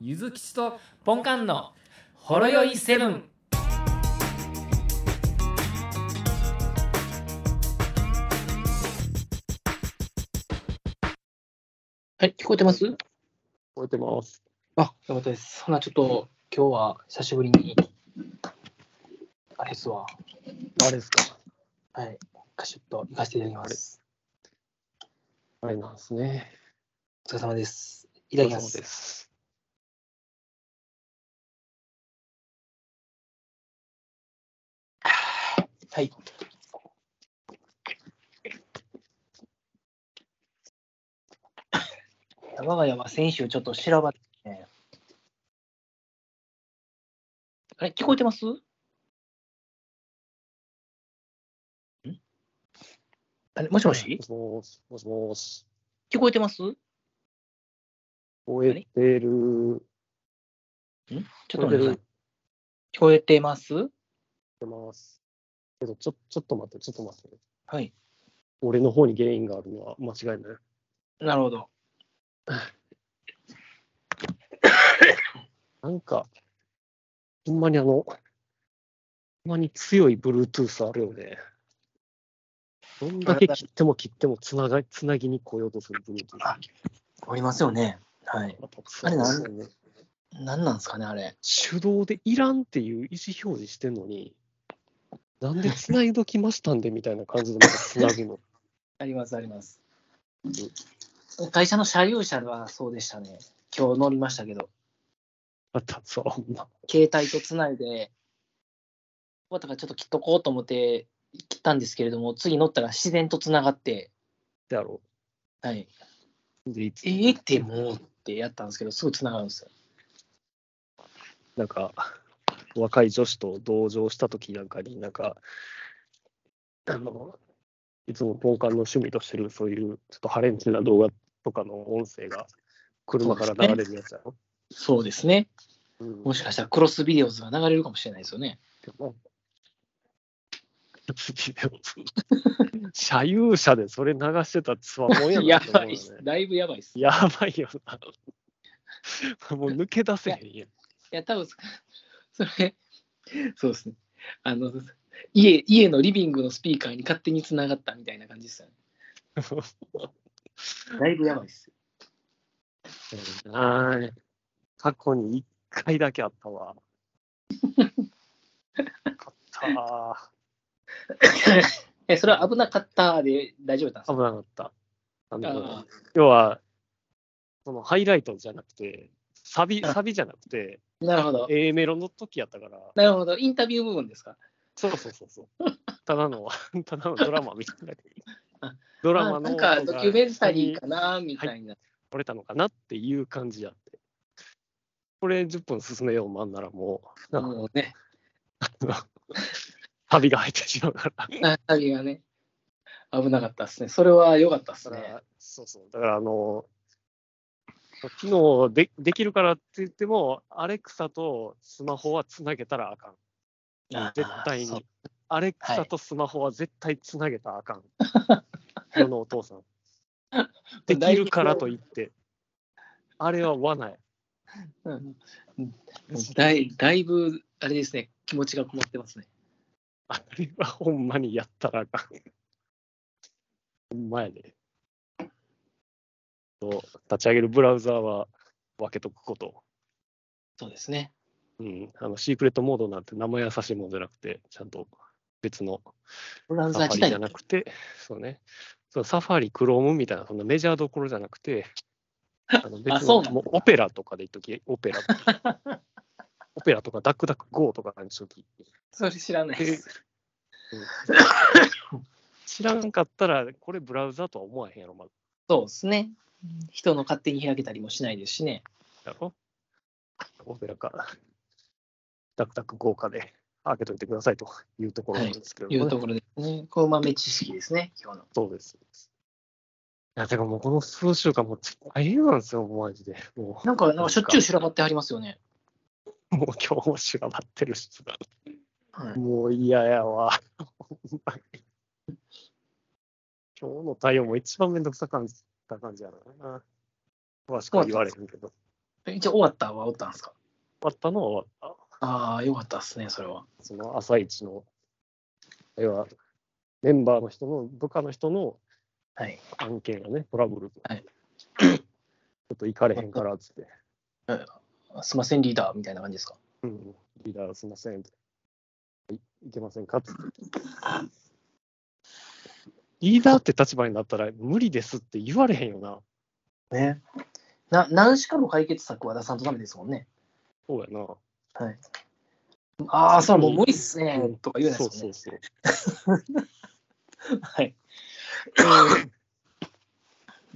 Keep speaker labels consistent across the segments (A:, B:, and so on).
A: ゆずきちとポンカンのほろよいセブン。
B: はい、聞こえてます
C: 覚えてます。
B: あ、よかったです。ほな、ちょっと、今日は久しぶりに、あれですわ。
C: あれですか。
B: はい、カシュッと行かせていただきます。
C: あれなんですね。
B: お疲れ様です。いただきま
C: そう
B: す
C: で。す。
B: はい。我が家は先週ちょっと調ばってね。あれ、聞こえてますんあれ、もしもし
C: もしもし、もしもし。
B: 聞こえてますちょ
C: 覚えて
B: っ
C: る。
B: と待ってください。聞こえてます
C: 覚えてます。けど、ちょ、ちょっと待って、ちょっと待って。
B: はい。
C: 俺の方に原因があるのは間違いない。
B: なるほど。
C: なんか、ほんまにあの、ほんまに強い Bluetooth あるよね。どんだけ切っても切ってもつなが、つなぎに来ようとする Bluetooth。
B: あおりますよね。はい。あれなん
C: ね。
B: 何なんですかね、あれ。
C: 手動でいらんっていう意思表示してんのに、なんで繋いどきましたんでみたいな感じでまた繋ぐ の。
B: あります、あります。会社の車用車はそうでしたね。今日乗りましたけど、
C: あった、そう、ほんま。
B: 携帯とつないで、ここだからちょっと切っとこうと思って切ったんですけれども、次乗ったら自然とつながって、
C: であろ
B: はい、
C: う。で、いつ、
B: えー、ってもうってやったんですけど、すぐつながるんですよ。
C: なんか、若い女子と同情した時なんかに、なんか、あの、いつもポンカンの趣味としてる、そういうちょっとハレンチな動画とかの音声が、車から流れるやつやろ。
B: そうですね。
C: うん
B: もしかしたらクロスビデオズが流れるかもしれないですよね。
C: でも 車有車でそれ流してたつわもんや
B: や
C: なと
B: ばい
C: 思うよね
B: っす。だいぶやばいっす。い
C: やばいよな。もう抜け出せへんやん。
B: や、多分 それ、そうですね。あの、家、家のリビングのスピーカーに勝手につながったみたいな感じですよね。 だいぶやばいっす。
C: はい。過去に一回だけあったわ。よかっ。
B: え、それは危なかったで大丈夫だったたん
C: 危
B: で
C: なかった。あ
B: すか
C: の
B: あ
C: 要は、そのハイライトじゃなくて、サビ、サビじゃなくて、
B: あなるほど。
C: A メロの時やったから、
B: なるほど。インタビュー部分ですか
C: そうそうそうそう。ただの、 ただのドラマみたいな。ド
B: ド
C: ラマ
B: な
C: の
B: ん
C: 音
B: か
C: が
B: ドキュメンタリーかなみたいな。
C: 取れたのかなっていう感じやって。これ10分進めようもんならもう、なんか
B: もうね。
C: 旅が入ってしまうから。
B: あインタビューがね。危なかったですね。それは良かったです
C: だか
B: ね。
C: ら、そうそう。だからあの、昨日でできるからって言っても、アレクサとスマホはつなげたらあかん。絶対
B: あー。そう
C: に。アレクサとスマホは絶対つなげたら あかん。世のお父さん。できるからと言って。あれは罠や。
B: うんだいだいぶ、あれですね。気持ちがこもってますね。
C: あれはほんまにやったらあかん。ほんまやで。と立ち上げるブラウザーは分けとくこと。
B: そうですね。
C: うん。あの、シークレットモードなんて生優しいものじゃなくて、ちゃんと別の
B: ブラウ
C: サ
B: ザ
C: フ
B: ー
C: ァ
B: 自
C: リ
B: 体
C: じゃなくて、そうね。そうサファリ、クロームみたいな、そんなメジャーどころじゃな くて、あの別
B: そうな
C: の
B: んだ
C: もうオペラとかで言っとき、オペラとか。 オペラとか、ダックダック GO とかにしとき。
B: それ知らないです。
C: 知らんかったら、これブラウザとは思わへんやろ、まだ。
B: そうですね。人の勝手に開けたりもしないですしね。
C: やろオペラか、ダクダク豪華で開けといてくださいというところなんですけど、ね
B: いうところですね。こう豆知識ですね。今日の。
C: そうです。いや、てかもうこの数週間、もう大変なんですよ、もうマジで。もう、
B: なんか、なんかしょっちゅう修羅場ってありますよね。
C: もう今日もしがばってるし、
B: はい、
C: もう嫌やわ。 ほんまに今日の対応も一番めんどくさかった感じやな。詳しくは言われへんけど。
B: えじゃあ終わったは終わったんですか
C: 終わったのは終わっ
B: ああ、よかったですね、それは。
C: た。その朝一の、要は、メンバーの人の、部下の人の
B: はい。
C: 案件がね、トラブル。
B: はい
C: ちょっと行かれへんからっつって、
B: すいません、リーダーみたいな感じですか。
C: うん、リーダーすいませんって、いいけませんかっつって。リーダーって立場になったら、無理ですって言われへんよな。
B: ね。な、何しかの解決策は出さんとダメですもんね。
C: そうやな。
B: はい。ああ、それはもう無理っすね、とか言えない
C: そ
B: で
C: う
B: すも
C: そ
B: ん
C: う
B: ね。
C: そう。
B: はい。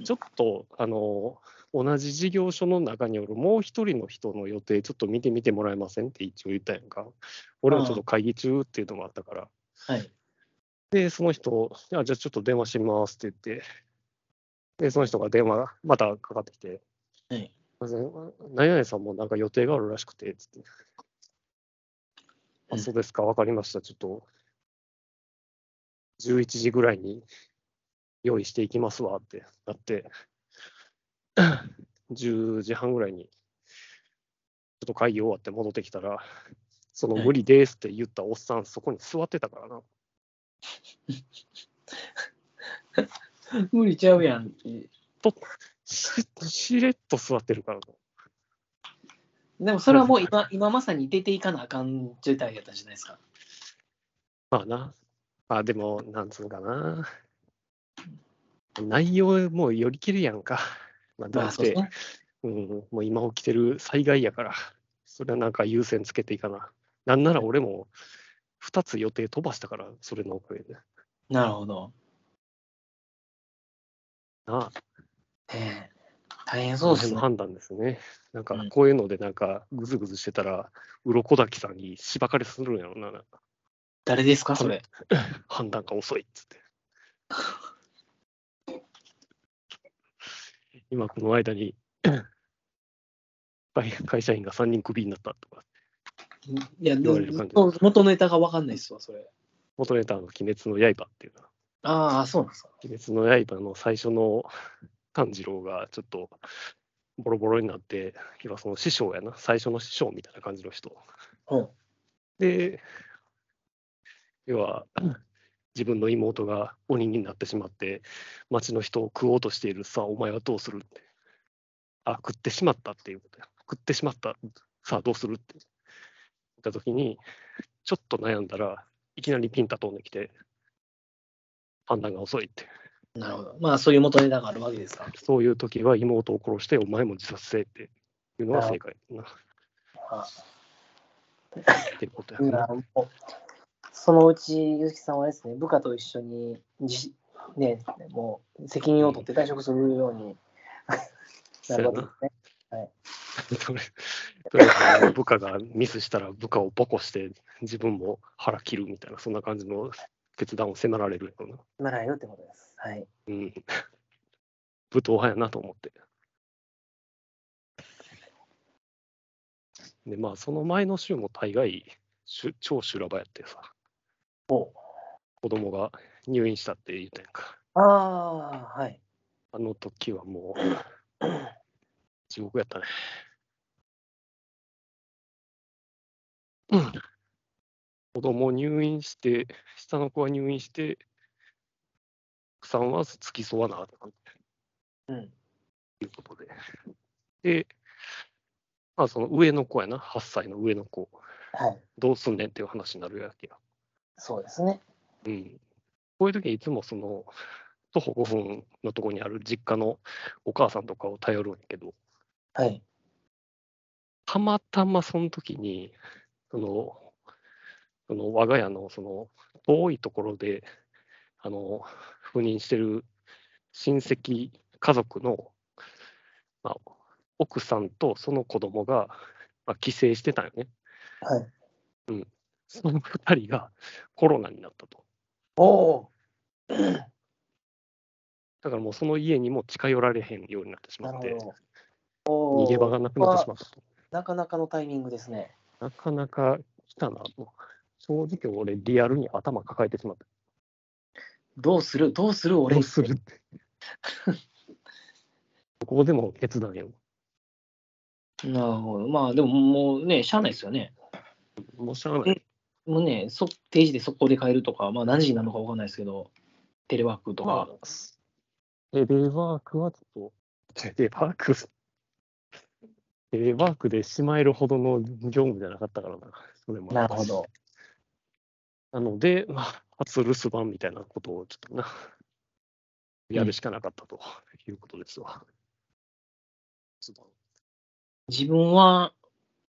C: ちょっとあの同じ事業所の中におるもう一人の人の予定ちょっと見てみてもらえませんって一応言ったやんか俺もちょっと会議中っていうのもあったから
B: はい。
C: でその人いやじゃあちょっと電話しますって言ってでその人が電話またかかってきて
B: はい
C: 「すいません何々さんもなんか予定があるらしくて」っつって「
B: う
C: あ
B: ん
C: そうですか分かりましたちょっと11時ぐらいに用意していきますわ」ってなって10時半ぐらいにちょっと会議終わって戻ってきたら「その
B: はい
C: 無理です」って言ったおっさんそこに座ってたからな。
B: 無理ちゃうやんって。
C: ししれっと座ってるからな。
B: でもそれはもう今、今まさに出ていかなあかん状態やったじゃないですか。
C: まあな。まあでも、なんつうのかな。内容もうよりきるやんか。まあ、だ
B: まあ、
C: っ
B: そうで
C: て、
B: すね。
C: うん、もう今起きてる災害やから、それはなんか優先つけていかな。なんなら俺も2つ予定飛ばしたから、それのおかげで。
B: なるほど。
C: なあ、
B: ええ大変そうです
C: の
B: ね。
C: 判断ですね。なんか
B: うん
C: こういうので、なんかぐずぐずしてたら、鱗滝さんにしばかれするんやろな、なんか
B: 誰ですか、それ。
C: 判断が遅いっつって。 今この間に 会会社員が3人クビになったとか、
B: いや、で
C: 言わ
B: も
C: れる感じ
B: 元ネタが分かんないっすわ、それ。
C: 元ネタの「鬼滅の刃」っていうの
B: ああ、そうなんですか。
C: 鬼滅の刃」の最初の 炭治郎がちょっとボロボロになって、今その師匠やな、最初の師匠みたいな感じの人。
B: うん。
C: で、要は自分の妹が鬼になってしまって、町の人を食おうとしている、さあ、お前はどうするって。あ、食ってしまったっていうことや。食ってしまった、さあ、どうするって。言ったときに、ちょっと悩んだらいきなりピンタ飛んできて、判断が遅いって。
B: なるほど。まあ、そういう元ネタがあるわけですか。
C: そういう時は妹を殺して、お前も自殺せっていうのが正解だな。
B: あ
C: っていうことや
B: いや
C: な。
B: もうそのうち、ゆずきさんはですね、部下と一緒にじ、ね、もう責任を取って退職するようになるわけですね。
C: とりとりあえず部下がミスしたら部下をボコして自分も腹切るみたいなそんな感じの決断を迫られるような、
B: ならえるってことです。はい。
C: うん、武闘派やなと思ってでまあその前の週も大概しゅ超修羅場やってさ
B: お
C: 子供が入院したって言ったやんか
B: ああ、はい。
C: あの時はもう 地獄やったねうん子供入院して、下の子は入院して、奥さんは付き添わなあかんっ
B: うん。
C: ていうことで。で、まあその上の子やな、8歳の上の子、
B: はい。
C: どうすんねんっていう話になるわけや。
B: そうですね。
C: うん。こういう時いつもその、徒歩5分のとこにある実家のお母さんとかを頼るんやけど、
B: はい。
C: たまたまその時に、その、その我が家のその遠いところで、あの、赴任してる親戚、家族の、まあ、奥さんとその子供が、まあ、帰省してたよね。
B: はい。
C: その二人がコロナになったと。
B: おお
C: だからもうその家にも近寄られへんようになってし
B: ー、な
C: まっ
B: る
C: て、
B: ほど。
C: 逃げ場がなくなってしまったと。
B: なかなかのタイミングですね。
C: なかなか来たなと。正直俺、リアルに頭抱えてしまった。
B: どうするどうする俺
C: どうする って。ここでも決断やん。
B: なるほど。まあ、でももうね、しゃあないですよね。
C: もうしゃあない。
B: もうね、そ定時で速攻で帰るとか、まあ何時になるのか分かんないですけど、テレワークとか
C: ま。あ、テレワークはちょっと、テレワーク、テレワークでしまえるほどの業務じゃなかったからな、それも。
B: なるほど。
C: なので、まあ、初留守番みたいなことをちょっとな、やるしかなかったということですわ。留守
B: 自分は、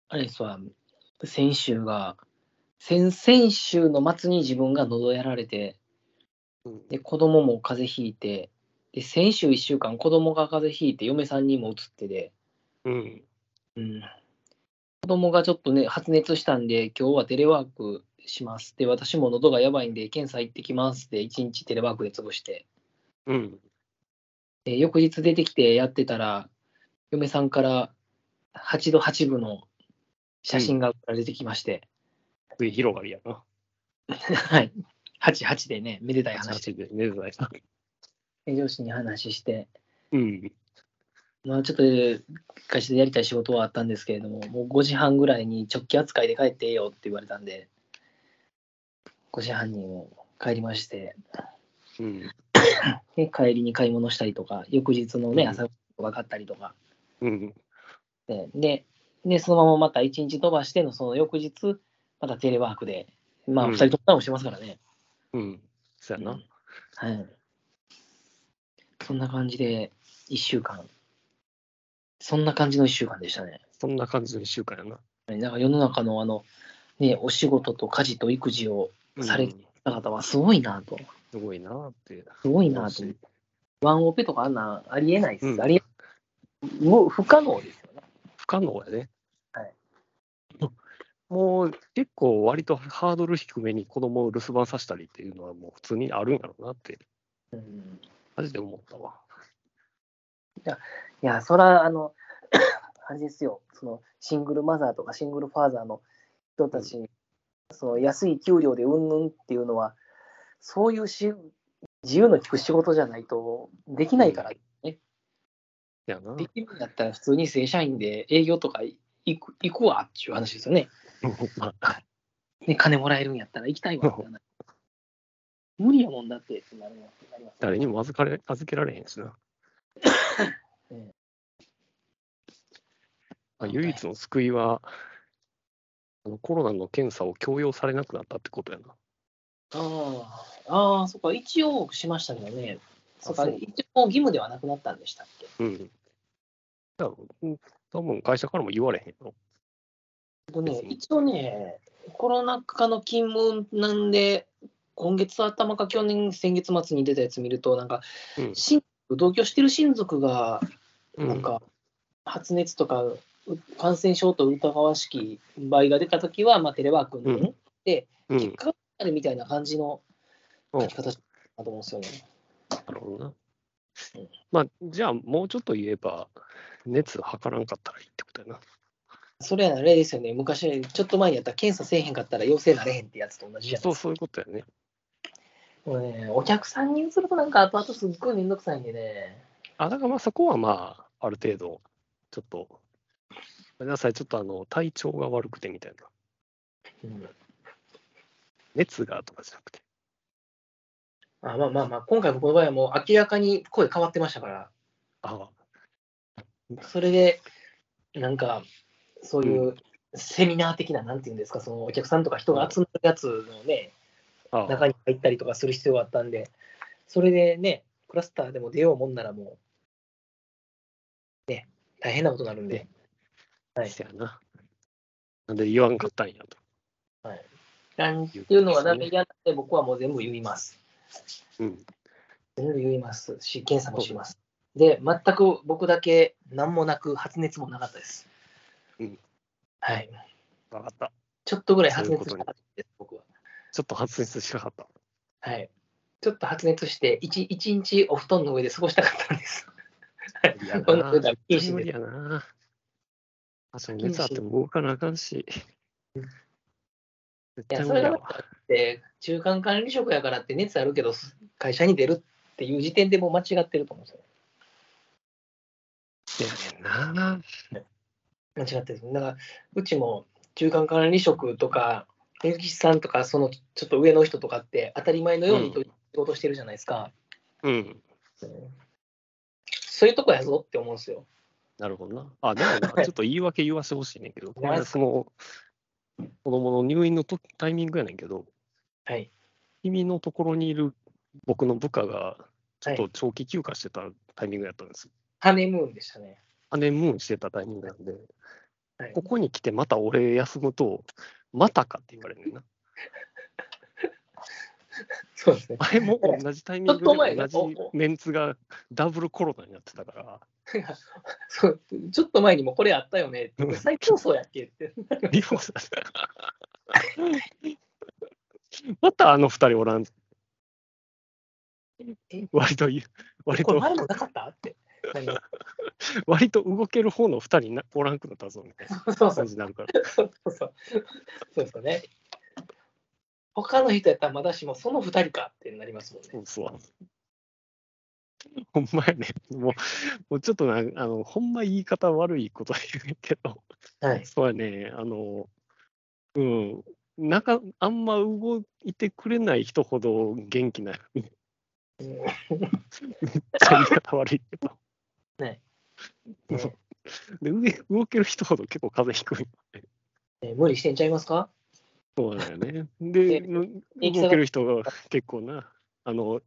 B: あれですわ、先週が、先々週の末に自分が喉やられて、
C: 番うん
B: で、子供も風邪ひいて、で、先週1週間、子供が風邪ひいて、嫁さんにもうつってで、
C: うん。
B: うん、子供がちょっとね、発熱したんで、今日はテレワークします。で、私も喉がやばいんで、検査行ってきます。で、1日テレワークで潰して、
C: うん。
B: で翌日出てきてやってたら、嫁さんから8度8分の写真が送られてきまして、
C: 次広がりやな。
B: はい。88でね、めでたい話で、
C: 話で、ねずないさ。
B: 上司に話して、
C: うん。
B: まあ、ちょっと会社でやりたい仕事はあったんですけれども、もう5時半ぐらいに直帰扱いで帰ってええよって言われたんで、5時半にもう帰りまして、
C: うん。
B: で帰りに買い物したりとか、翌日のね、
C: うん
B: 朝ごはん買ったりとか、
C: うん。
B: ででで、そのまままた1日飛ばしてのその翌日、またテレワークで、まあ
C: うん
B: 2人ともダウンしてますからね。
C: うん。そやな。
B: うんはい。そんな感じで、1週間。そんな感じの1週間でしたね。
C: そんな感じの一週間やな。
B: なんか世の中のあの、ね、お仕事と家事と育児を
C: うん
B: されてた方はすごいなと。
C: すごいなって。
B: すごいなと。ワンオペとかあんなありえないです。
C: うん
B: ありえもう不可能ですよね。
C: 不可能やね。
B: はい。
C: もう結構割とハードル低めに子供を留守番させたりっていうのはもう普通にあるんやろうなって、
B: うん、
C: マジで思ったわ。
B: いや、そら、あの、 あれですよ。その、シングルマザーとかシングルファーザーの人たち、その、安い給料でうんぬんっていうのは、そういうし自由の利く仕事じゃないとできないから、
C: やな。
B: できるんだったら普通に正社員で営業とか行く行くわっていう話ですよね。
C: まあ
B: ね、金もらえるんやったら行きたいわってな。 無理やもんだってってなるやんなりますよ
C: 誰にも預かれ預けられへんしな。
B: え
C: まあ唯一の救いは、あのコロナの検査を強要されなくなったってことやな。
B: ああああ、そっか、一応しましたけどね。そっか、
C: そう
B: 一応義務ではなくなったんでしたっけ。
C: うん。だからうん多分会社からも言われへんの。
B: えっとね
C: 別、に
B: 一応ね、コロナ禍の勤務なんで、今月頭か去年、先月末に出たやつ見ると、なんか、
C: うん
B: 親同居してる親族が、
C: う
B: なんか、発熱とかう感染症と疑わしき場合が出たときは、まあ、テレワークの、
C: うんう
B: 結
C: ん。
B: 果があるみたいな感じの
C: うん
B: 書き方だと思うんですよね。
C: なるほどな
B: うん。
C: まあ、じゃあ、もうちょっと言えば、熱測らんかったらいいってことやな。
B: それはあれですよね、昔、ちょっと前にやった検査せえへんかったら陽性なれへんってやつと同じじゃない
C: そ
B: で
C: う、
B: す
C: そういうことやね。
B: か。もうね、お客さんにするとなんか後々すっごいめんどくさいんでね。
C: あ、だからまあ、そこはまあ、ある程度、ちょっと、ごめんなさい、ちょっとあの、体調が悪くてみたいな。
B: うん
C: 熱がとかじゃなくて。
B: あまあまあまあ、今回僕の場合はもう明らかに声変わってましたから、
C: あ
B: それで、なんか、そういうセミナー的な、なんていうんですか、そのお客さんとか人が集まるやつのね、
C: あ、ああ
B: 中に入ったりとかする必要があったんで、それでね、クラスターでも出ようもんならもう、ね、大変なことになるんで、はい
C: せやな。なんで言わんかったんやと。
B: なんていうのがダメ嫌なんで、僕はもう全部言います。
C: うん。
B: 全部言いますし、検査もします。で、全く僕だけ何もなく、発熱もなかったです。
C: うん
B: はい。
C: わかった。
B: ちょっとぐらい発熱したかったです、僕は。
C: ちょっと発熱しなかった。
B: はい。ちょっと発熱して、一一日お布団の上で過ごしたかったんです。
C: 無理や
B: こんな
C: な。
B: ことは禁止です
C: 無理やな。確かに熱あっても動かなあかんし。
B: い
C: 絶
B: や、
C: 対
B: そ
C: 無
B: れ
C: 理
B: が
C: や
B: だっ
C: わ。
B: て、中間管理職やからって熱あるけど、会社に出るっていう時点でもう間違ってると思うんですよ。
C: せやねんな。
B: 間違ってる。だから、うちも中間管理職とか、根岸さんとか、そのちょっと上の人とかって、当たり前のようにと仕事してるじゃないですか。
C: うん。
B: そういうとこやぞって思うんですよ。
C: なるほどな。あ、でも な、ちょっと言い訳言わせてほしいねんけど、この
B: なん
C: 間
B: す
C: その、子供の入院のとタイミングやねんけど、
B: はい。
C: 君のところにいる僕の部下が、ちょっ
B: は
C: と長期休暇してたタイミングやったんですよ。
B: ハネムーンでしたね。
C: ハネムーンしてたタイミングなんで、
B: はい
C: ここに来てまた俺休むと、またかって言われるねんな。
B: そうですね。
C: あれも同じタイミング
B: ちょっと前
C: で
B: だ
C: 同じメンツがダブルコロナになってたか
B: そうちょっと前にもこれあったよねって
C: うん
B: 再放送やっけって。
C: ら、リオさん。 またあの二人おらん
B: え。
C: 割と言う、割
B: これ
C: と、
B: 前もなかったって。なりま
C: 割と動ける方の二人なおらんくなったぞみたい な
B: すそうそ
C: 感
B: う
C: じになるから。
B: そうそうそう。そうですよね。他の人やったらまだしも、その2人かってなりますもんね。
C: そうそう。ほんまやね。もう、もうちょっとな、あの、ほんま言い方悪いこと言うけど、
B: はい。
C: そうやね、あの、うん、なんか、あんま動いてくれない人ほど元気な、めっちゃ言い方悪いけど。
B: ね
C: そう。で、上、動ける人ほど結構風邪ひくい。
B: えー無理してんちゃいますか
C: そうだよね。で、動
B: いきさが
C: ける人が結構な、あの、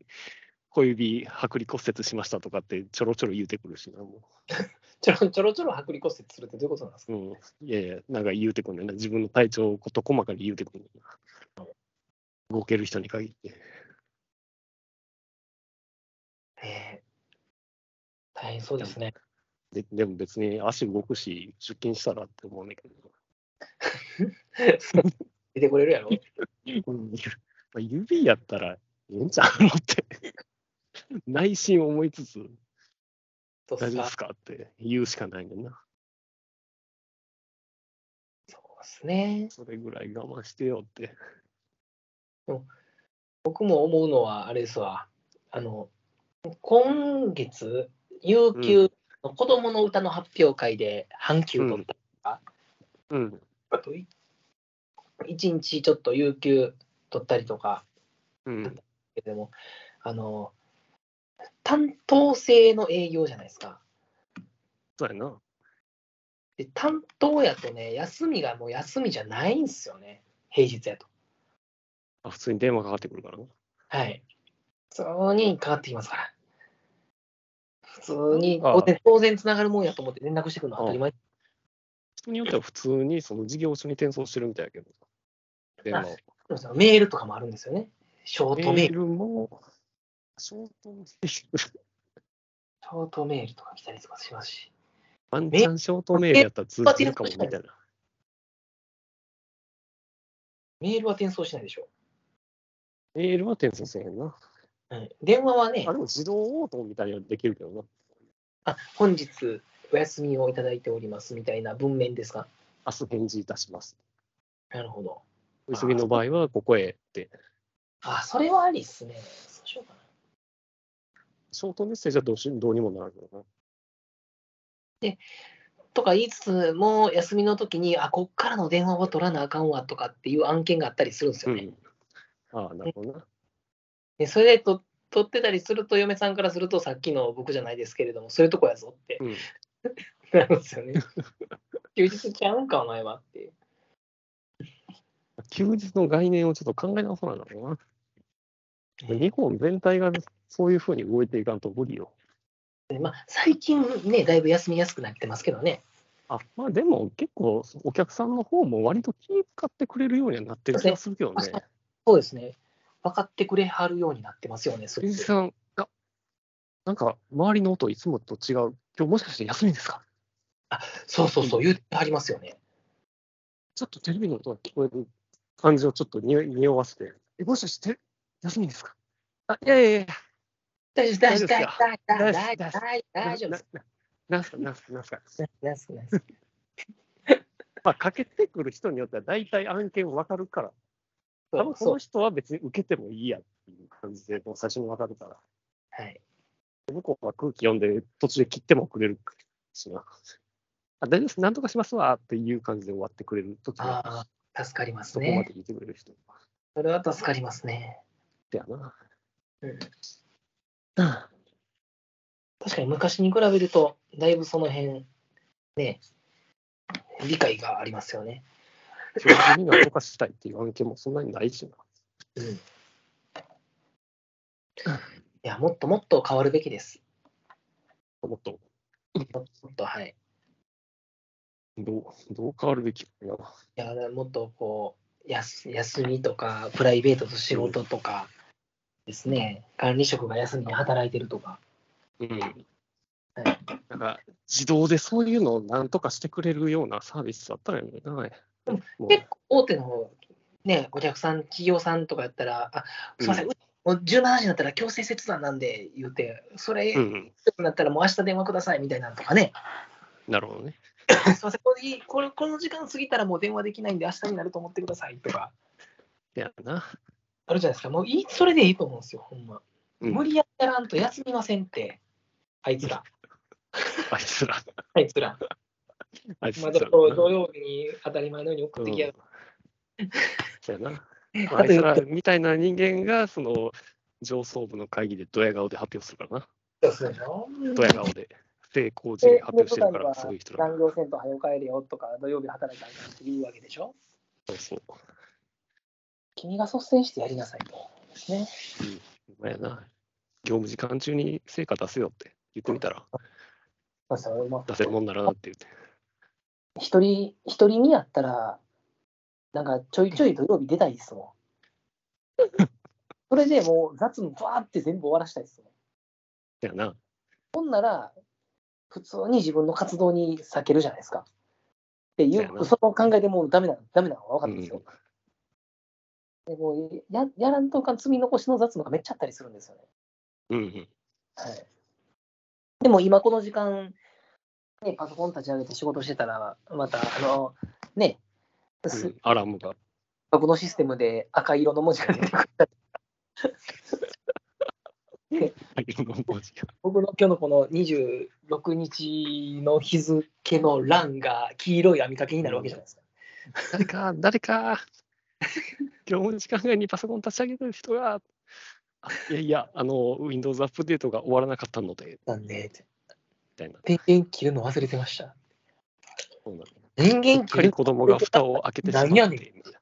C: 小指、剥離骨折しましたとかってちょろちょろ言うてくるしな、も
B: ちょろちょろちょろ剥離骨折するってどういうことなんです
C: う。うん。いやいや、なんか言うてくんねんな。自分の体調を事細かに言うてくんねんな。動ける人に限って。
B: か、えー大変そうですね。
C: ででも別に足動くし、出勤したらって思うねんけど。
B: 出てくれ るやろ。
C: うんまあ指やったら、ええんちゃうのって。内心思いつつ、
B: どうです
C: 大丈夫
B: か
C: ですかって言うしかないねんな。
B: そうですね。
C: それぐらい我慢してよって。
B: 僕も思うのは、あれですわ。あの、今月、有給の子供の歌の発表会で半休取った。
C: うん。
B: あとい、1日ちょっと有給取ったりとか、
C: うん、
B: でも、あの、担当制の営業じゃないですか。
C: そうやな。
B: で担当やとね、休みがもう休みじゃないんですよね、平日やと。
C: あ普通に電話かかってくるからな。
B: はい。普通にかかってきますから。普通に
C: ああ
B: 当然当然つながるもんやと思って連絡してくるのは当たり前。
C: 人によっては普通にその事業所に転送してるみたいやけど。電話を
B: メールとかもあるんですよね。ショー
C: メ
B: トメー
C: ー
B: ル。
C: ルも、ショートメール、
B: ショートメールとか来たりとかしますし。
C: ワンチャンショートメールやったら通じるかもみたいな。
B: メールは転送しないでしょ。
C: メールは転送せえへんな。
B: はい、電話はね
C: あ、でも自動応答みたいなのできるけどな。
B: あ、本日お休みをいただいておりますみたいな文面ですか。
C: 明日返事いたします。
B: なるほど。
C: お急ぎの場合はここへって。
B: あ、それはありっすね。そうしようかな。
C: ショートメッセージはどうしどうにもなるけどな。
B: とか言いつつもう休みの時にあこっからの電話を取らなあかんわとかっていう案件があったりするんですよ
C: う
B: ね。
C: ん。ああ、なるほどな。
B: でそれでと取ってたりすると嫁さんからするとさっきの僕じゃないですけれどもそういうとこやぞって
C: うん。
B: なるんですよね。休日ちゃうんかお前はっていう。
C: 休日の概念をちょっと考え直さなあかんな。日本全体がそういうふうに動いていかんと無理よ。
B: でまあ、最近ねだいぶ休みやすくなってますけどね。
C: あまあでも結構お客さんの方も割と気使ってくれるようにはなってる気がするけどね。
B: そうですね。分かってくれはるようになってますよね。それ
C: 藤井さん、あなんか周りの音いつもと違う。今日もしかして休みですか
B: そうそうそう言ってはりますよね。
C: ちょっとテレビの音が聞こえる感じをちょっとに匂わせて。え、もしかして休みですかあ、いやいやいや、
B: 大丈夫大丈夫大丈夫大
C: 大
B: 丈
C: 丈夫です
B: 夫大丈夫で
C: な
B: す。
C: ななんすか、なんすか、なんすか。
B: 大丈夫です
C: まあ、かけてくる人によっては大体案件わかるから、多分こ
B: そ
C: の
B: う
C: 人は別に受けてもいいやっていう感じで、もう最初にわかるから。
B: はい。
C: 向こうは空気読んで途中で切ってもくれるしな。あ大丈夫です、なんとかしますわっていう感じで終わってくれると、
B: ああ、助かります
C: そこま
B: ね。
C: で言ってくれる人。
B: それは助かりますね。
C: だよな。
B: うん確かに昔に比べると、だいぶその辺、ね、理解がありますよね。
C: 正直になんとかしたいっていう案件もそんなにないしな。
B: うん。いや、もっともっと変わるべきです。
C: もっと、
B: もっと、はい。い
C: どう、どう変わるべきかな。
B: や、もっとこう、やす休みとか、プライベートと仕事とかですね、管理職が休みに働いてるとか。
C: うん。なんか、自動でそういうのをなんとかしてくれるようなサービスだったらいいのにな。もう
B: 結構大手の方ね、お客さん、企業さんとかやったら、あすみません、
C: う
B: うもう17時になったら強制切断なんで言って、それ、
C: うん、
B: なったらもう明日電話くださいみたいなのとかね、
C: なるほどね。
B: すみませんこれいいこれ、この時間過ぎたらもう電話できないんで、明日になると思ってくださいとか、
C: だよ な。
B: あるじゃないですか、もういいそれでいいと思うんですよ、ほんま。
C: うん
B: 無理やったらんと休みませんって、あいつ ら、
C: あいつら、
B: あいつら。
C: あいつ
B: ま
C: ら
B: あ、
C: だ
B: 土
C: な。
B: 曜日に当たり前のように送ってきやがる。
C: そうやな。あ
B: あ
C: い
B: と
C: つ
B: よ
C: ら
B: く
C: みたいな人間が、その、上層部の会議でドヤ顔で発表するからな。
B: ですよ。
C: ドヤ顔で。成功時に発表してるから、そういう人だ。
B: 残業せんと早く帰れよとか、土曜日働いたんだって言うわけでしょ。
C: そうそう。
B: 君が率先してやりなさいと。ですね。
C: お前やな。業務時間中に成果出せよって言ってみたら、
B: まあ、それも
C: 出せるもんならなって言って。
B: 一人、一人にやったら、なんかちょいちょい土曜日出たいですもん。 それでもう雑務バーって全部終わらしたいですもん。
C: だよな。
B: ほんなら、普通に自分の活動に避けるじゃないですか。ってい
C: そうやな
B: う、その考えでもうダメな、ダメなのが分か
C: う
B: ったんですよ
C: ん。。
B: でもうややらんとか積み残しの雑務がめっちゃあったりするんですよね。
C: うん。
B: はい、でも今この時間、ね、パソコン立ち上げて仕事してたら、またあの、ね、
C: う
B: す
C: ん、アラームが。
B: 僕のシステムで赤色の文字が出てくる。
C: 先ほどの文字が
B: 僕の今日のこの26日の日付の欄が黄色い網掛けになるわけじゃないですか。
C: 誰か、誰か、業務時間外にパソコン立ち上げてる人が、あいやいや、あの、Windows アップデートが終わらなかったので、み
B: なんで、って
C: たいな。
B: 電源切るの忘れてました。
C: そうなの
B: 電
C: うっ
B: 源
C: か
B: 切
C: り
B: る
C: 子供が蓋を開けてしまって
B: 何やねん
C: みたいな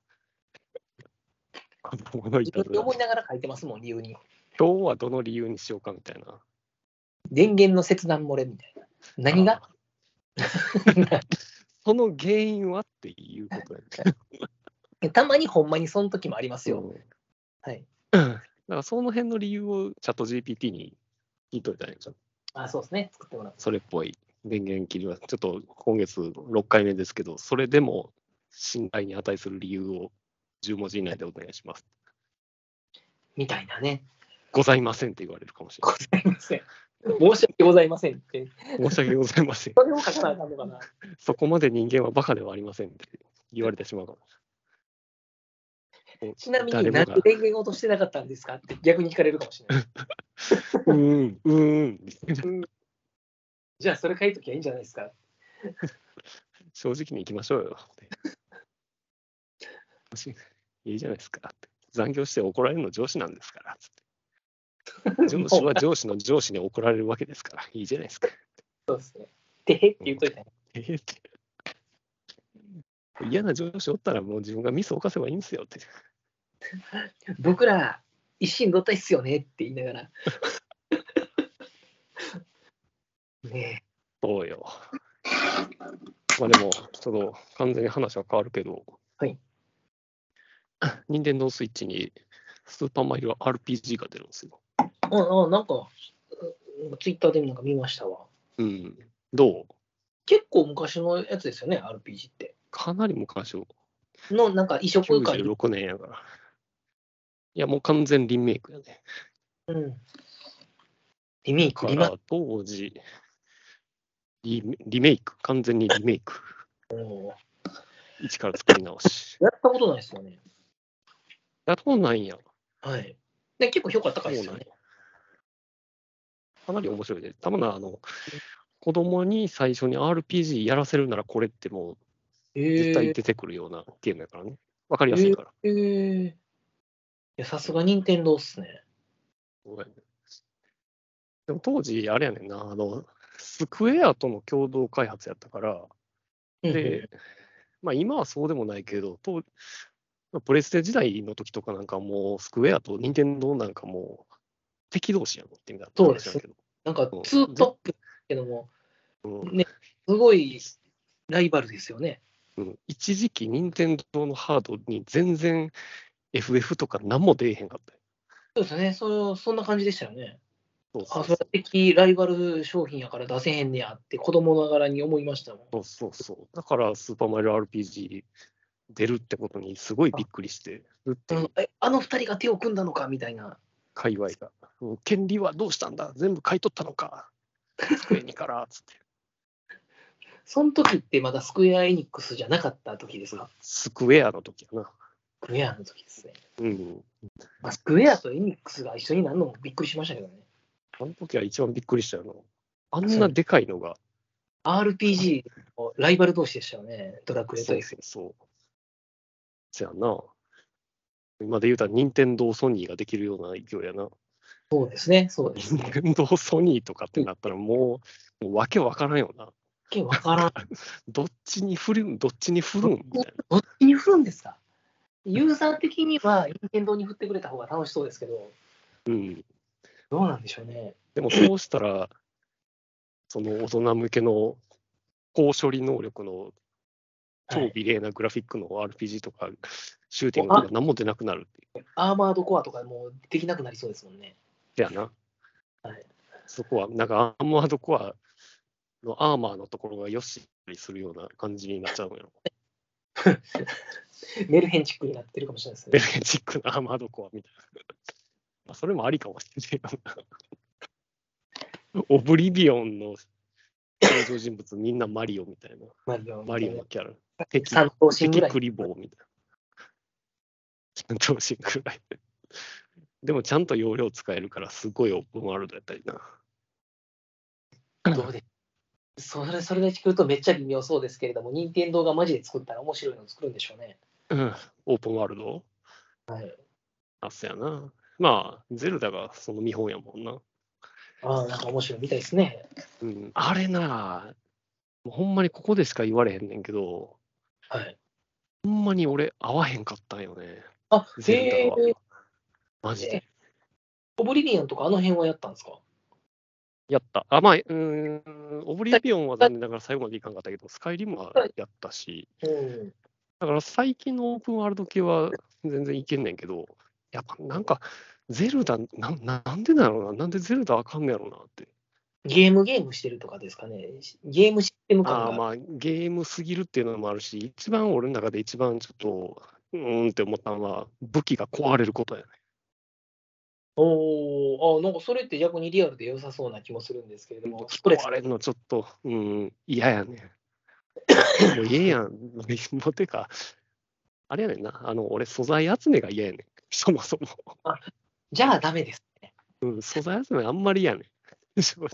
C: 子供のい
B: 自分
C: たず
B: で
C: ら
B: 思いながら書いてますもん、理由に。
C: 今日はどの理由にしようかみたいな。
B: 電源の切断漏れみたいな。何が
C: あ その原因はっていうことやね。
B: たまにほんまに その時もありますよ。
C: うん
B: はい。
C: だからその辺の理由をチャット GPT に聞いといたらいいんじゃん
B: あ、そうですね。作ってもらう。
C: それっぽい電源切りは、ちょっと今月6回目ですけど、それでも信頼に値する理由を10文字以内でお願いします。
B: みたいなね。
C: ございませんって言われるかもしれ
B: ございません。申し訳ございませんって。
C: ない。申し訳ございません。
B: それを書かなあかんのかな。
C: そこまで人間はバカではありませんって言われてしまうかも
B: ちなみ
C: 誰
B: に、
C: も
B: な
C: が
B: んで電源落としてなかったんですかって逆に聞かれるかもしれない。
C: うーん、うーん。
B: じゃあ、それ書いときゃいいんじゃないですか。
C: 正直に行きましょうよ って。もしいいじゃないですかって。残業して怒られるの上司なんですから。つって上司は上司の上司に怒られるわけですから、いいじゃないですか。
B: てへって言うといたら、
C: えーって。嫌な上司おったらもう自分がミスを犯せばいいんですよって。
B: 僕ら、一心同体っすよねって言いながら。ね
C: そうよ。まあでも、ちょっと完全に話は変わるけど、
B: はい。
C: 任天堂スイッチにスーパーマリオ RPG が出るんですよ。
B: え。ああ、なんか、ツイッターでなんか見ましたわ。
C: うん。どう
B: 結構昔のやつですよね、RPG って。
C: かなり昔を。
B: の、なんか移植感。
C: 96年やから。いや、もう完全リメイクやね。
B: うん。リメイク、
C: か
B: リマ
C: ら当時、リメリメイク、完全にリメイク。一から作り直し。
B: やったことないですよね。
C: やったことないんや。
B: はい。で結構評価高いですよね。
C: かなり面白いで、たまにあの、子供に最初に RPG やらせるならこれってもう
B: え
C: 絶対
B: え
C: 出てくるようなゲームやからね。わかりやすいから。
B: ええいや、さすが任天堂っすね。
C: そうやねでも当時、あれやねんな、あの、スクエアとの共同開発やったから、
B: うんう
C: で、まあ今はそうでもないけど、当プレステ時代の時とかなんかもう、スクエアと任天堂なんかもう、敵同士やんってみたいな
B: そうで
C: 話
B: す
C: やけど。
B: ん、なんかツートップだけども、
C: うん
B: ね、すごいライバルですよね。
C: うん一時期、任天堂のハードに全然 FF とか何も出えへんかったよ
B: そうですね、そそんな感じでしたよね。
C: そう
B: あ、そ
C: そう
B: れは敵ライバル商品やから出せへんねやって子供ながらに思いましたもん。
C: そうそうそう。だから、スーパーマリオ RPG 出るってことにすごいびっくりして、ずっ
B: う
C: と
B: んえあの二人が手を組んだのかみたいな。
C: 界隈が、うん権利はどうしたんだ全部買い取ったのか机にからつって。
B: その時ってまだスクエア・エニックスじゃなかった時ですか
C: スクエアの時やな。
B: スクエアの時ですね。
C: うん。
B: まあ、スクエアとエニックスが一緒になるのもびっくりしましたけどね。
C: あの時は一番びっくりしたよな。あん
B: そう
C: なでかいのが、
B: RPG のライバル同士でしたよね、ドラクエと
C: そ
B: FF
C: うそうそう。じゃあな。今で言うたら、任天堂ソニーができるような勢いやな。
B: そうですね、そうです
C: 任
B: ね。
C: 天堂ソニーとかってなったら、もう、もうわけわからんよな。
B: わけわからん。
C: どっちに振るん、どっちに振るんみたいな。
B: どっちに振るんですかユーザー的には、任天堂に振ってくれた方が楽しそうですけど、
C: うん。
B: どうなんでしょうね。
C: でもそうしたら、その大人向けの高処理能力の
B: は
C: 超
B: い
C: 美麗なグラフィックの RPG とか、シューティングとか何も出なくなるっていう。
B: アーマードコアとかもうできなくなりそうですもんね。
C: だよな
B: はい。
C: そこは、なんかアーマードコアのアーマーのところがよしったりするような感じになっちゃう のよ。
B: メルヘンチックになってるかもしれないです
C: ベ
B: ね
C: ル。ゲチックのアーマードコアみたいな。それもありかもしれないな。 オブリビオンの登場人物みんなマリオみたいな。
B: マリオ。
C: マリオのキャラ。敵
B: 三等身ぐ
C: 敵
B: らい
C: ク。リボーみたいな。三等身くらい。 でもちゃんと容量使えるから、すごいオープンワールドやったりな。
B: どうでそれそれで聞くとめっちゃ微妙そうですけれども、任天堂がマジで作ったら面白いの作るんでしょうね。
C: うん、オープンワールド
B: はい。
C: あ、そうやな。まあ、ゼルダがその見本やもんな。
B: ああ、なんか面白いみたいですね。
C: うん、あれな、もうほんまにここでしか言われへんねんけど、
B: はい。
C: ほんまに俺、合わへんかったんよね。
B: あ、
C: ゼルダ
B: へ
C: は。
B: え、
C: マジで。
B: オブリビオンとかあの辺はやったんですか
C: やった。あ、まあ、うーん、オブリビオンは残念ながら最後までいかんかったけど、スカイリムはやったし、
B: うん。
C: だから最近のオープンワールド系は全然いけんねんけど、やっぱなんか、ゼルダな、なんでだろうな、なんでゼルダあかんねやろうなって。
B: ゲームゲームしてるとかですかね。ゲームシステム感が。
C: ああまあ、ゲームすぎるっていうのもあるし、一番俺の中で一番ちょっと、うーんって思ったのは、武器が壊れることやね。
B: おお、あなんかそれって逆にリアルで良さそうな気もするんですけれども、ストレス
C: 壊れるのちょっと、うん、嫌 やねん。もう嫌やん。 もうてか、あれやねんな、あの、俺、素材集めが嫌やねん。そもそも。
B: じゃあダメです。
C: うん、素材集めあんまり嫌ねん。 正直。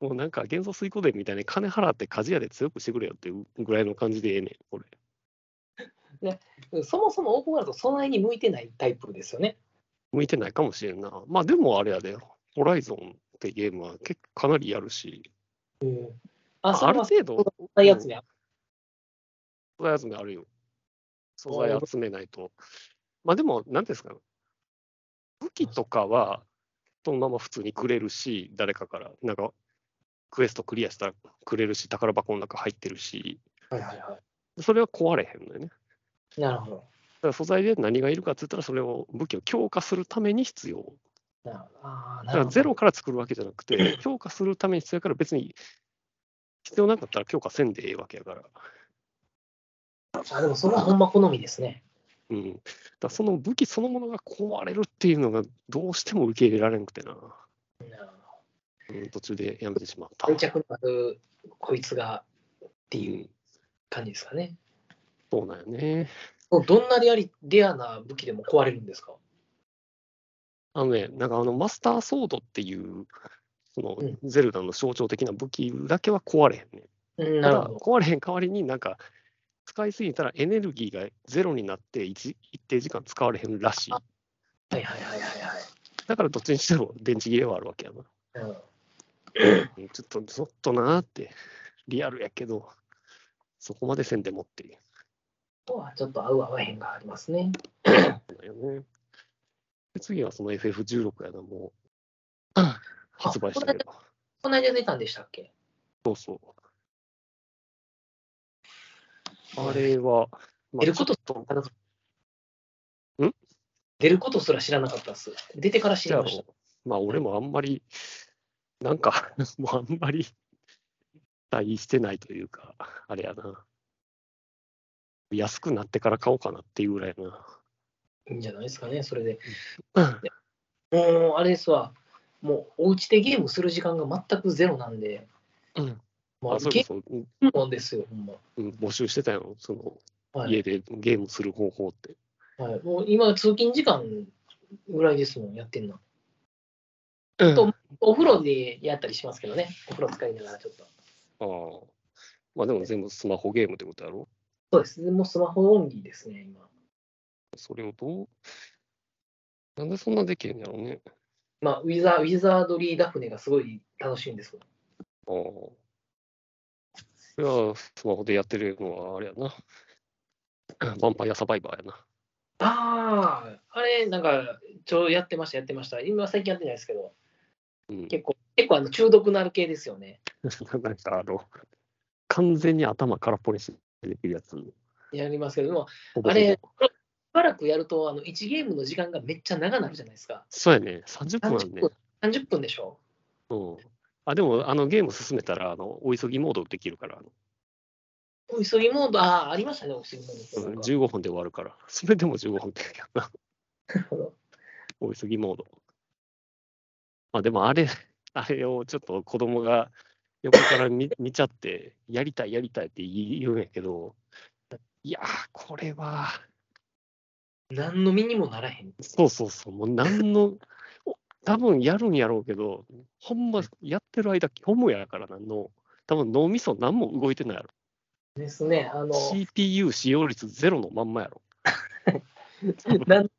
C: もうなんか元素水庫でみたいに金払って鍛冶屋で強くしてくれよっていうぐらいの感じでええねん、俺。
B: そもそもオープンワールド、そんなに向いてないタイプですよね。
C: 向いてないかもしれんな。まあでもあれやで、ホライゾンってゲームは結構かなりやるし、
B: あ、そ
C: あ
B: れ
C: る
B: は
C: 程度、
B: そんなやつね。
C: 素材集めあるよ。素材集めないと。まあでも、なんていうんですか、武器とかは、そのまま普通にくれるし、誰かから、なんか、クエストクリアしたらくれるし、宝箱の中入ってるし、
B: はいはいは
C: それは壊れへんのよね。
B: い。なるほど。
C: だから素材で何がいるかって言ったら、それを武器を強化するために必要。
B: なるほど。あーな
C: だか
B: るほ
C: ら
B: ど
C: ゼロから作るわけじゃなくて、強化するために必要やから別に必要なかったら強化せんでええわけやから。
B: あでもそれはほんま好みですね。
C: うん。だからその武器そのものが壊れるっていうのがどうしても受け入れられなくてな。うん、途中でやめてしまった。
B: 愛着のあるこいつがって
C: う
B: いうん感じですかね。
C: そうなんよね。
B: どんなレアリレアな武器でも壊れるんですか
C: あのね、なんかあのマスターソードっていうその
B: うん
C: ゼルダの象徴的な武器だけは壊れへんね。
B: うん、な
C: た
B: る
C: だ
B: ほど。
C: 壊れへん代わりになんか使いすぎたらエネルギーがゼロになって一一定時間使われへんらしい。
B: はいはいはいはいはい。
C: だからどっちにしても電池切れはあるわけやな。
B: うん
C: うんちょっとゾッとなーって、リアルやけど、そこまでせんでもっていう
B: とはちょっと合う合わへんがありますね。
C: のよね。で次はその FF16 やな、もう発売したけど。
B: この間出たんでしたっけ
C: そうそう。あれは、ま
B: 出ること
C: ちょっ
B: 出ることすら知らなかったっす。出てから知りました。
C: まあ俺もあんまり、なんか、 もうあんまり、期待してないというか、あれやな。安くなってから買おうかなっていうぐらいや
B: いいんじゃないですかね、それで。
C: な。
B: もう、あれですわ。もう、お家でゲームする時間が全くゼロなんで、
C: うん
B: もう、
C: あ、そう
B: ゲー
C: そう。うん
B: ムもんですよ、ほんま。
C: うん募集してたよ、その
B: はい
C: 家でゲームする方法って。
B: はい、もう今、通勤時間ぐらいですもん、やってんの。
C: うん
B: とお風呂でやったりしますけどね、お風呂使いながらちょっと。
C: ああ。まあでも全部スマホゲームってことやろ
B: そうです、もうスマホオンリーですね、今。
C: それをどうなんでそんなできへんやろね。
B: まあ、ウィザーウィザードリー・ダフネがすごい楽しいんですもん。
C: ああ。これはスマホでやってるのはあれやな。 ヴァンパイアサバイバーやな。
B: ああ、あれ、なんか、ちょ、やってました、やってました。今、最近やってないですけど、
C: うん、
B: 結構、結構あの中毒なる系ですよね。
C: なんかあの、完全に頭空っぽにしてできるやつ。
B: やりますけども、
C: ほぼほぼ
B: あれ、しばらくやると、あの1ゲームの時間がめっちゃ長なるじゃないですか。
C: そうやね。30分あん
B: 30
C: ね。
B: 分 ,30 分でしょ。
C: うん。あ、でもあのゲーム進めたら、あの、お急ぎモードできるから、あの
B: 急ぎモード、ああ、ありましたね、急ぎモード。
C: 15分で終わるから。 それでも15分ってやな。
B: なるほど
C: お急ぎモード。まあでもあれ、 あれをちょっと子供が横から見 見ちゃって、やりたいやりたいって言うんやけど、いやー、これは、
B: 何の身にもならへん。
C: そうそうそう、もう何の、お多分やるんやろうけど、ほんまやってる間、虚無やからな、脳。多分脳みそ何も動いてないやろ。
B: ですね、あの、
C: CPU 使用率ゼロのまんまや ろ。
B: なん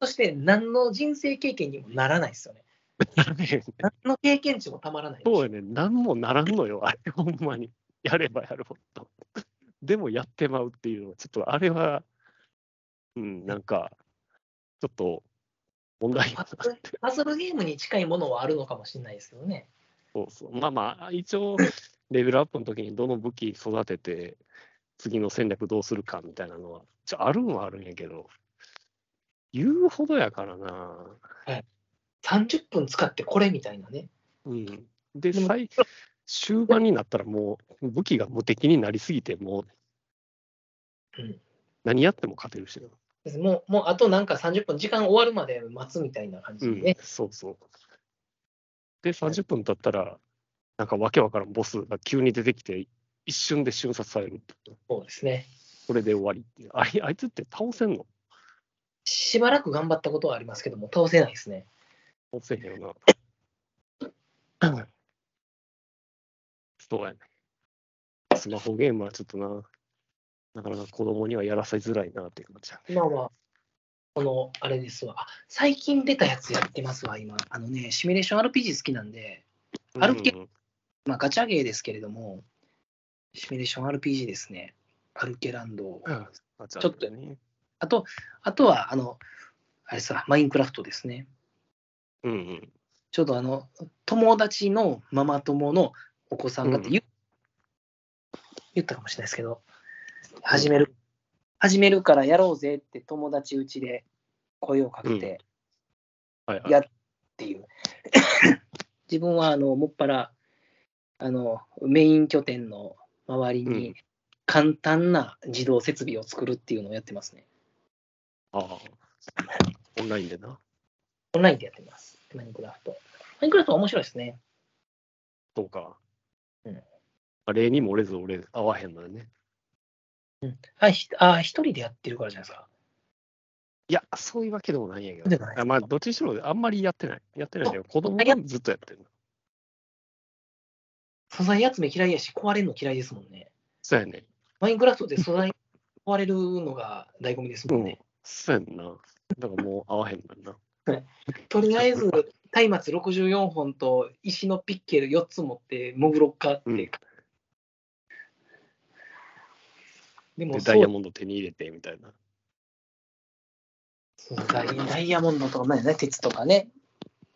B: そして何の人生経験にもならないですよね。何の経験値もたまらない。
C: そうやね、なんもならんのよ、あれ、 ほんまに。やればやるほど。でもやってまうっていうのは、ちょっとあれは、うん、なんか、ちょっと問題
B: パ
C: が
B: ズル パズルゲームに近いものはあるのかもしれないですけどね。
C: そうそう。まあまあ、一応、レベルアップの時にどの武器育てて、次の戦略どうするかみたいなのは、ちょあるんはあるんやけど、言うほどやからな。
B: 30分使ってこれみたいなね。
C: うん。で、
B: でも
C: 最終盤になったらもう武器が無敵になりすぎて、もう、
B: うん
C: 何やっても勝てるしな。
B: ですもう、もうあとなんか30分時間終わるまで待つみたいな感じでね。
C: そうそう。で、30分経ったら、なんかわけわからんボスが急に出てきて、一瞬で瞬殺されるっていう。
B: そうですね。
C: これで終わりっていう。あいあいつって倒せんの
B: しばらく頑張ったことはありますけども、倒せないですね。
C: 倒せへんよな。そうやね。スマホゲームはちょっとな、なかなか子供にはやらせづらいなっていう感じやね
B: 今は、この、あれですわ。あ最近出たやつやってますわ、今。あのね、シミュレーション RPG 好きなんで、RPG
C: うん
B: まあ、ガチャゲーですけれども、シミュレーション RPG ですね。アルケランド。
C: うんあち
B: ちょっと
C: ね。
B: あと、あとは、あの、あれさ、マインクラフトですね。
C: うんうん。
B: ちょうどあの、友達のママ友のお子さんがって言,、言ったかもしれないですけど、始める、
D: 始めるからやろうぜって友達うちで声をかけて
C: はいはい。
D: やって いう。自分はあのもっぱらあのメイン拠点の周り
C: うん
D: に簡単な自動設備を作るっていうのをやってますね。
C: ああ。オンラインでな。
B: オンラインでやってます。マインクラフト。マインクラフトは面白いですね。
C: そうか。
B: うん
C: あれにもれず俺、合わへんのよね。
B: あ、ひあ一人でやってるからじゃないですか。
C: いや、そういうわけでもないんやけ
B: で
C: ど
B: もな。い
C: あまあ、どっちにしろあんまりやってない。やってないんだけど、子供
B: あや
C: がずっとやってる。
E: 素材集め嫌いやし、壊れるの嫌いですもんね。
C: そうやね。
E: マインクラフトで素材壊れるのが醍醐味です
C: う
E: もん
C: ん
E: ね。。
C: そうやんな。だからもう合わへんのんな。
E: とりあえず、松明64本と石のピッケル4つ持って、モグロッカーって、
C: うん
E: でも
C: で、
E: そ
C: ダイヤ
E: う
C: モンド手に入れてみたいな。
E: そうダイヤモンド
B: ダイヤモンドとか、まあね、鉄とかね、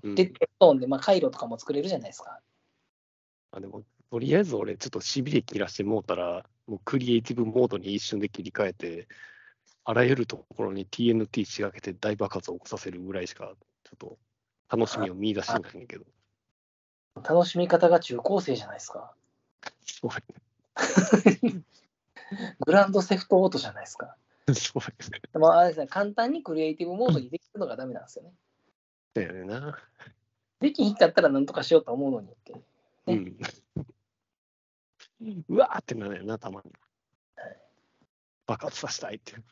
C: うん、
B: で、鉄トンで、まあ、回路とかも作れるじゃないですか。
C: あでも、とりあえず俺、ちょっとしびれ切らしてもうたら、もうクリエイティブモードに一瞬で切り替えて、あらゆるところに TNT 仕掛けて大爆発を起こさせるぐらいしか、ちょっと楽しみを見出してないんだけど。
B: 楽しみ方が中高生じゃないですか。
C: そう
B: グランドセフトオートじゃないですか。
C: やねそうやね
B: まあ、あれですね、簡単にクリエイティブモードにできるのがダメなんですよね。
C: だよねな。
B: できひんかったら何とかしようと思うのにって。
C: うん。うわーってなるよな、たまに。爆発させたいっていう。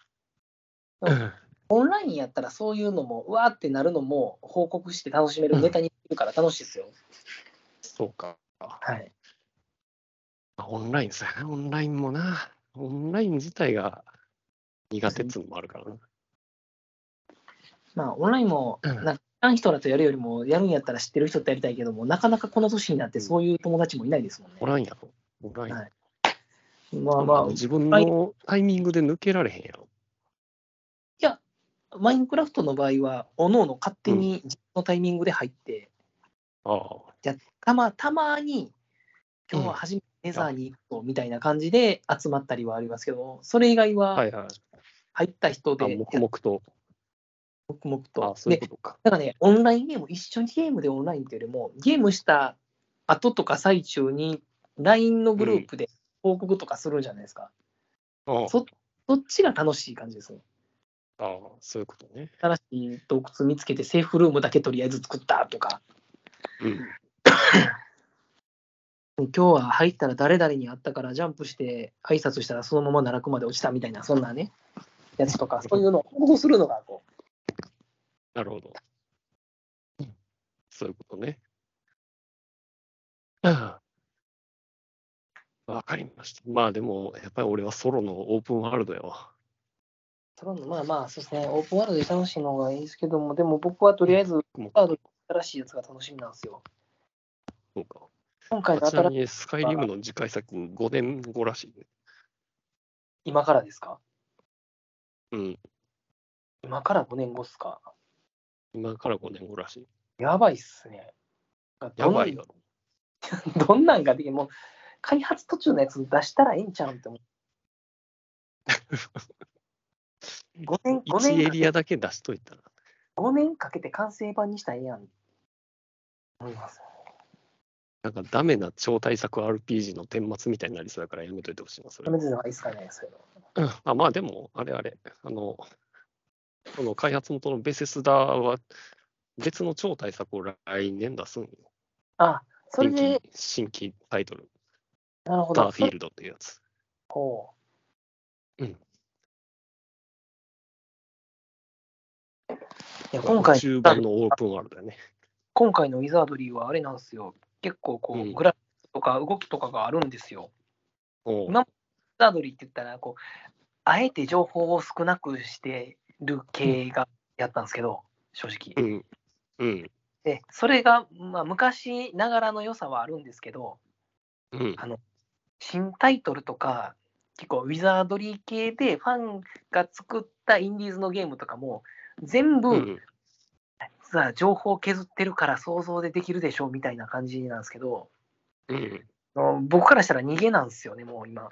B: うオンラインやったらそういうのも、うわーってなるのも報告して楽しめるネタにするから楽しいですよ。
C: そうか。
B: はい。
C: オンラインさ、オンラインもな、オンライン自体が苦手っつうのもあるからな。
B: まあ、オンラインも、
C: う
B: なんんか、知らん人らとやるよりも、やるんやったら知ってる人とやりたいけども、なかなかこの年になってそういう友達もいないですもんね
C: お。らんやろ。おらんやろ
B: はいまあまあ、い
C: 自分のタイミングで抜けられへんやろ。
B: や、マインクラフトの場合は、おのおの勝手に自分のタイミングで入って、
C: ああ。
B: たまたまに今日は初めてレザーに行くとみたいな感じで集まったりはありますけど、それ以外
C: は
B: はい
C: はい。
B: 入った人
C: あ、
B: で、
C: 黙々と。
B: 黙々
C: あ
B: と。
C: そういう
B: で
C: こ、とか。
B: なんかね、オンラインゲーム、一緒にゲームでオンラインっていうよりも、ゲームした後とか最中に、LINE のグループで報告とかするじゃないですか。
C: ああ
B: そそっちが楽しい感じですね。
C: ああ、そういうことね。
B: 新しい洞窟見つけて、セーフルームだけとりあえず作ったとか、
C: うん。
B: 今日は入ったら誰々に会ったからジャンプして挨拶したらそのまま奈落まで落ちたみたいなそんなねやつとかそういうのを報告するのがこ
C: なるほど。そういうことね。ああわかりました。まあでも、やっぱり俺はソロのオープンワールドやわ。
B: うそのまあまあそうですねオープンワールドで楽しいのがいいですけどもでも僕はとりあえず
C: もう
B: ワールド新しいやつが楽しみなんですよ
C: そうか。
B: 今回の
C: ちな
B: 新し
C: み
B: い
C: に、スカイリムの次回作5年後らしいね。
B: 今からですか
C: うん。
B: 今から5年後っすか
C: 今から5年後らしい。
B: やばいっすね
C: やばいだろ。
B: どんどんなんができもう開発途中のやつ出したらええんちゃうんって思う5年5
C: 1エ
B: 年
C: リアだけ出しといたら。
B: 5年かけて完成版にしたらええやん。思います
C: なんかダメな超大作 RPG の顛末みたいになりそうだからやめといてほしいな、それ
B: や。めてたのがいいっすかね、そういうの。
C: うんあまあでも、あれあれ、あの、この開発元のベセスダは別の超大作を来年出すんよ。
B: あ、それ
C: 新
B: で
C: 規、新規タイトル、
B: なるほ
C: ダー
B: ど。
C: フィールドっていうやつ。
B: こう。
C: うん
B: いや今回
C: 中盤のオープンワールドだね。
B: 今回のウィザードリーはあれなんですよ。結構こう、
C: うん
B: グラフィックとか動きとかがあるんですよ。
C: おう
B: 今ウィザードリーって言ったらこう、あえて情報を少なくしてる系がやったんですけど、正直。
C: うん。うん。
B: で、それが、まあ、昔ながらの良さはあるんですけど、
C: うん。
B: 新タイトルとか、結構ウィザードリー系でファンが作ったインディーズのゲームとかも、全
C: う
B: 部
C: ん。
B: さ、情報削ってるから想像でできるでしょうみたいな感じなんですけど、
C: うん。
B: あの僕からしたら逃げなんですよね、もう今。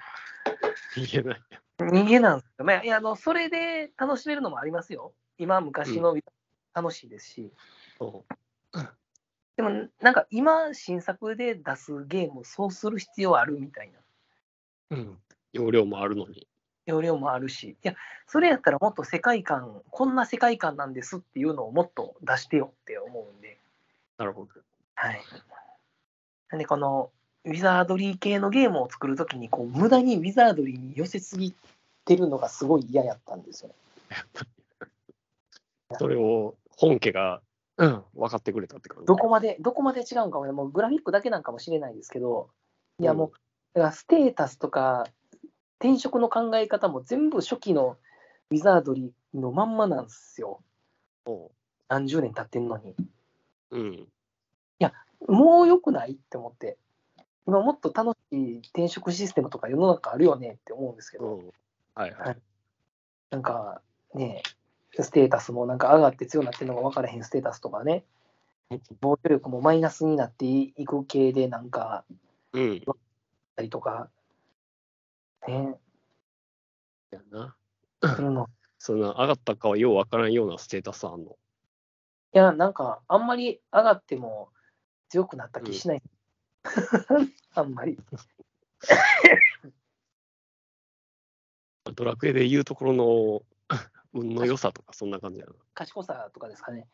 C: 言えない。
B: 逃げなんですよ。まあ、いやあのそれで楽しめるのもありますよ。今、昔のウィザードリー楽しいですし。
C: おう
B: でも、なんか今、新作で出すゲームをそうする必要あるみたいな。
C: うん。容量もあるのに。
B: 容量もあるし、いや、それやったらもっと世界観、こんな世界観なんですっていうのをもっと出してよって思うんで、
C: なるほど。
B: はい。なんで、このウィザードリー系のゲームを作るときにこう、無駄にウィザードリーに寄せすぎてるのがすごい嫌やったんですよね。
C: それを本家が、うん、分かってくれたって感じ。
B: どこまで、どこまで違うんかもね、もうグラフィックだけなんかもしれないですけど、いやもう、だからステータスとか、転職の考え方も全部初期のウィザードリーのまんまなんですよ。
C: おう
B: 何十年経ってんのに。
C: うん。
B: もう良くないって思って。今もっと楽しい転職システムとか世の中あるよねって思うんですけ
C: う
B: ど、
C: ん。はいは
B: はいい。なんかね、ステータスもなんか上がって強くなってるのが分からへんステータスとかね、防御力もマイナスになっていく系でなんか
C: うん。
B: ったりとか、ね、
C: やな。
B: するの。
C: そんな上がったかはようわからんようなステータスあんの。
B: いや、なんかあんまり上がっても強くなった気しない。 あんまり。
C: ドラクエで言うところの 運の良さとかそんな感じやな。
B: 賢さとかですかね。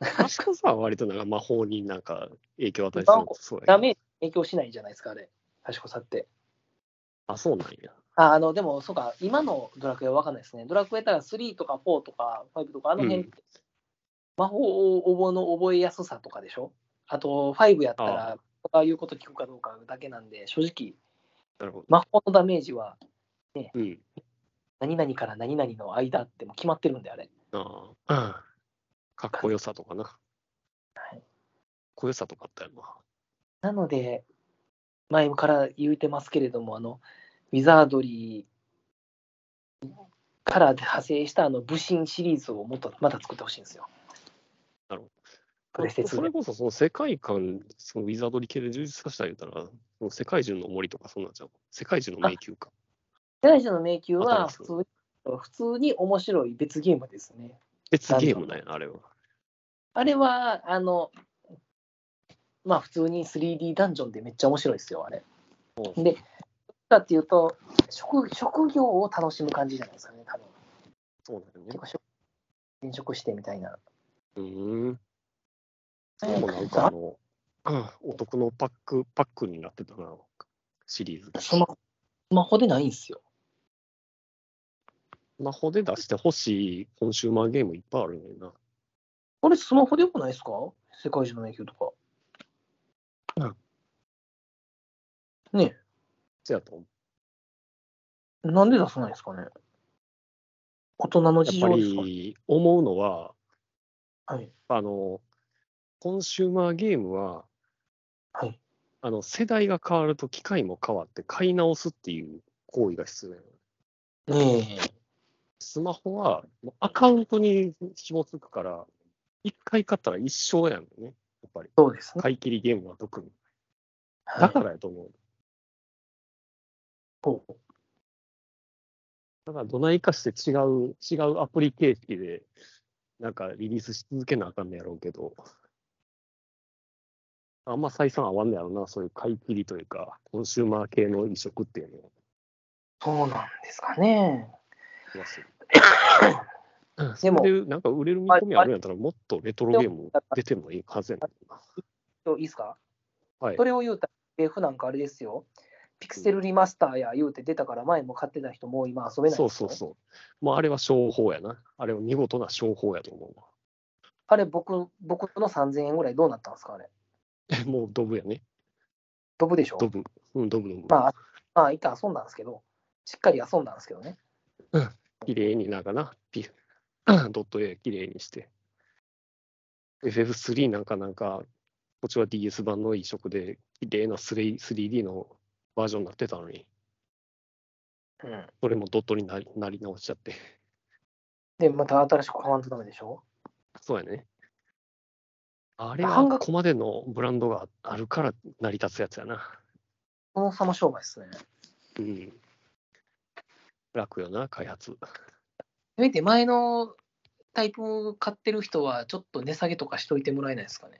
C: 賢さは割となんか魔法になんか影響を与えてるのとそうやけど
B: ダメージ影響しないじゃないですか、あれ。賢さって。
C: あ、そうなんや。
B: あ、あの、でも、そうか、今のドラクエは分かんないですね。ドラクエだから3とか4とか5とか、あの辺、
C: うん
B: 魔法を覚えの覚えやすさとかでしょあと、5やった
C: あ
B: ら、ああいうこと聞くかどうかだけなんで、正直、
C: なるほど。
B: 魔法のダメージは
C: うん。
B: 何々から何々の間ってもう決まってるんで、あれ。
C: ああ。かっこよさとかな。か
B: はい
C: っこよさとかあったよな。
B: なので、前から言うてますけれども、あの、ウィザードリーから派生したあの武神シリーズをもっとまた作ってほしいんですよ。
C: なるほど
B: プレステ2
C: それこそその世界観、そのウィザードリ系で充実させてあげたら、その世界中の森とかそんなんちゃう世界中の迷宮か。
B: 世界中の迷宮は
C: 新し
B: 普
C: い
B: 通に普通に面白い別ゲームですね。
C: 別ゲームなんやな、あれは。
B: あれは、あの、まあ普通に 3D ダンジョンでめっちゃ面白いですよ、あれ。で、どっちかっていうと職、職業を楽しむ感じじゃないですかね、多分。
C: そうだよね
B: 結。構職、転職してみたいな。
C: うーん。それもなんかあの、うんお得のパック、パックになってたな、シリーズが。
B: スマホスマホでないんですよ。
C: スマホで出してほしいコンシューマーゲームいっぱいあるねんな。
B: あれ、スマホでよくないですか世界中の迷宮とか。ね
C: そうやと思う。
B: え、なんで出さないんですかね大人の事
C: やっ
B: 情
C: ぱ
B: ですか
C: り思うのは、
B: はい。
C: あの、コンシューマーゲームは、
B: はい。
C: あの、世代が変わると機械も変わって買い直すっていう行為が必要やねん
B: ねえ。
C: スマホはもうアカウントに紐付くから、一回買ったら一生やんね。やっぱり。
B: そうですね。
C: 買い切りゲームは特に。
B: はい
C: だからやと思う。
B: ほう
C: だからどないかして違う、違うアプリ形式で、なんかリリースし続けなあかんねやろうけど、あんま採算合わんねやろな、そういう買い切りというか、コンシューマー系の移植っていうのを
B: そうなんですかね。
C: 気がする。
B: でも
C: それで、なんか売れる見込みあるんやったら、もっとレトロゲーム出てもいいはずやねんな。
B: いいですか
C: はい
B: そ。れを言うたら、f なんかあれですよ。ピクセルリマスターや言うて出たから前も買ってた人もう今遊べないん
C: そう
B: です
C: そ
B: よ
C: うそう。まあ、あれは商法やな。あれは見事な商法やと思うわ。
B: あれ僕、僕の3000円ぐらいどうなったんですかあれ。
C: えもうドブやね。
B: 飛ぶでしょ
C: ドブ。うん、ドブドブ。
B: まあ、まあ、一旦遊んだんですけど、しっかり遊んだんですけどね。
C: 綺麗になんかな、ピ ドット A 綺麗にして。FF3 なんかなんか、こっちは DS 版の移植で、綺麗な 3- 3D のバージョンになってたのに、
B: うん。
C: それもドットになりなり直しちゃって。
B: で、また新しく買わんとダメでしょ
C: そうやね。あれ
B: 半
C: はこ
B: 額
C: こまでのブランドがあるから成り立つやつやな。
B: 殿様商売ですね。
C: うん。楽よな、開発。
B: 見て、前のタイプ買ってる人は、ちょっと値下げとかしといてもらえないですかね。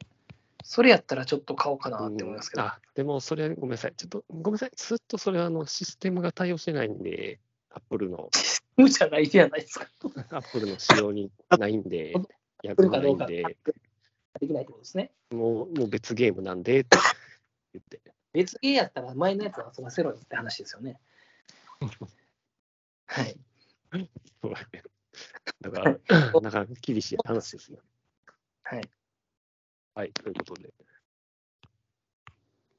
B: それやったらちょっと買おうかなって思いますけど。
C: うんあでもそれごめんなさい。ちょっとごめんなさい。ずっとそれはあのシステムが対応してないんで、Apple の、
B: 無じゃないじゃないですか。
C: Apple の仕様にないんで、
B: 来
C: 役
B: る
C: が
B: か
C: な
B: ど
C: いうん
B: か
C: で、
B: できないってことですね。
C: もうもう別ゲームなんでって言って。
B: 別ゲーやったら前のやつは遊ばせろよって話ですよ ね。はい。
C: そうやねだから、 なかなか厳しい話ですよ。
B: はい。
C: はい、ということで、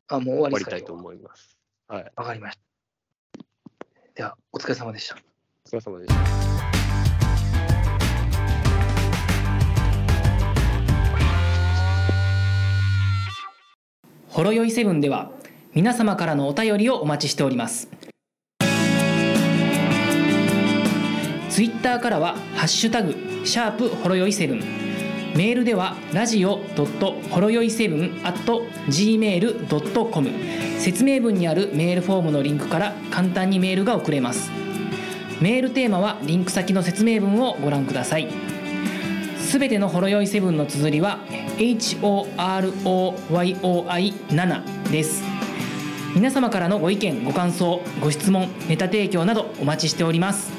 B: あ、もう終わ
C: 終
B: り
C: わ
B: で
C: り
B: すか
C: たいと
B: 今日は
C: 思います。はい。
E: わかりました。では、お疲れ様でした。
C: お疲れ様でした。
A: ほろよいセブンでは皆様からのお便りをお待ちしておりますツイッターからは「ハッシュタグシャープほろよいセブン」メールではラジオドットほろよいセブン at gmail.com 説明文にあるメールフォームのリンクから簡単にメールが送れますメールテーマはリンク先の説明文をご覧くださいすべてのほろ酔いセブンの綴りは HOROYOI7 です皆様からのご意見ご感想ご質問ネタ提供などお待ちしております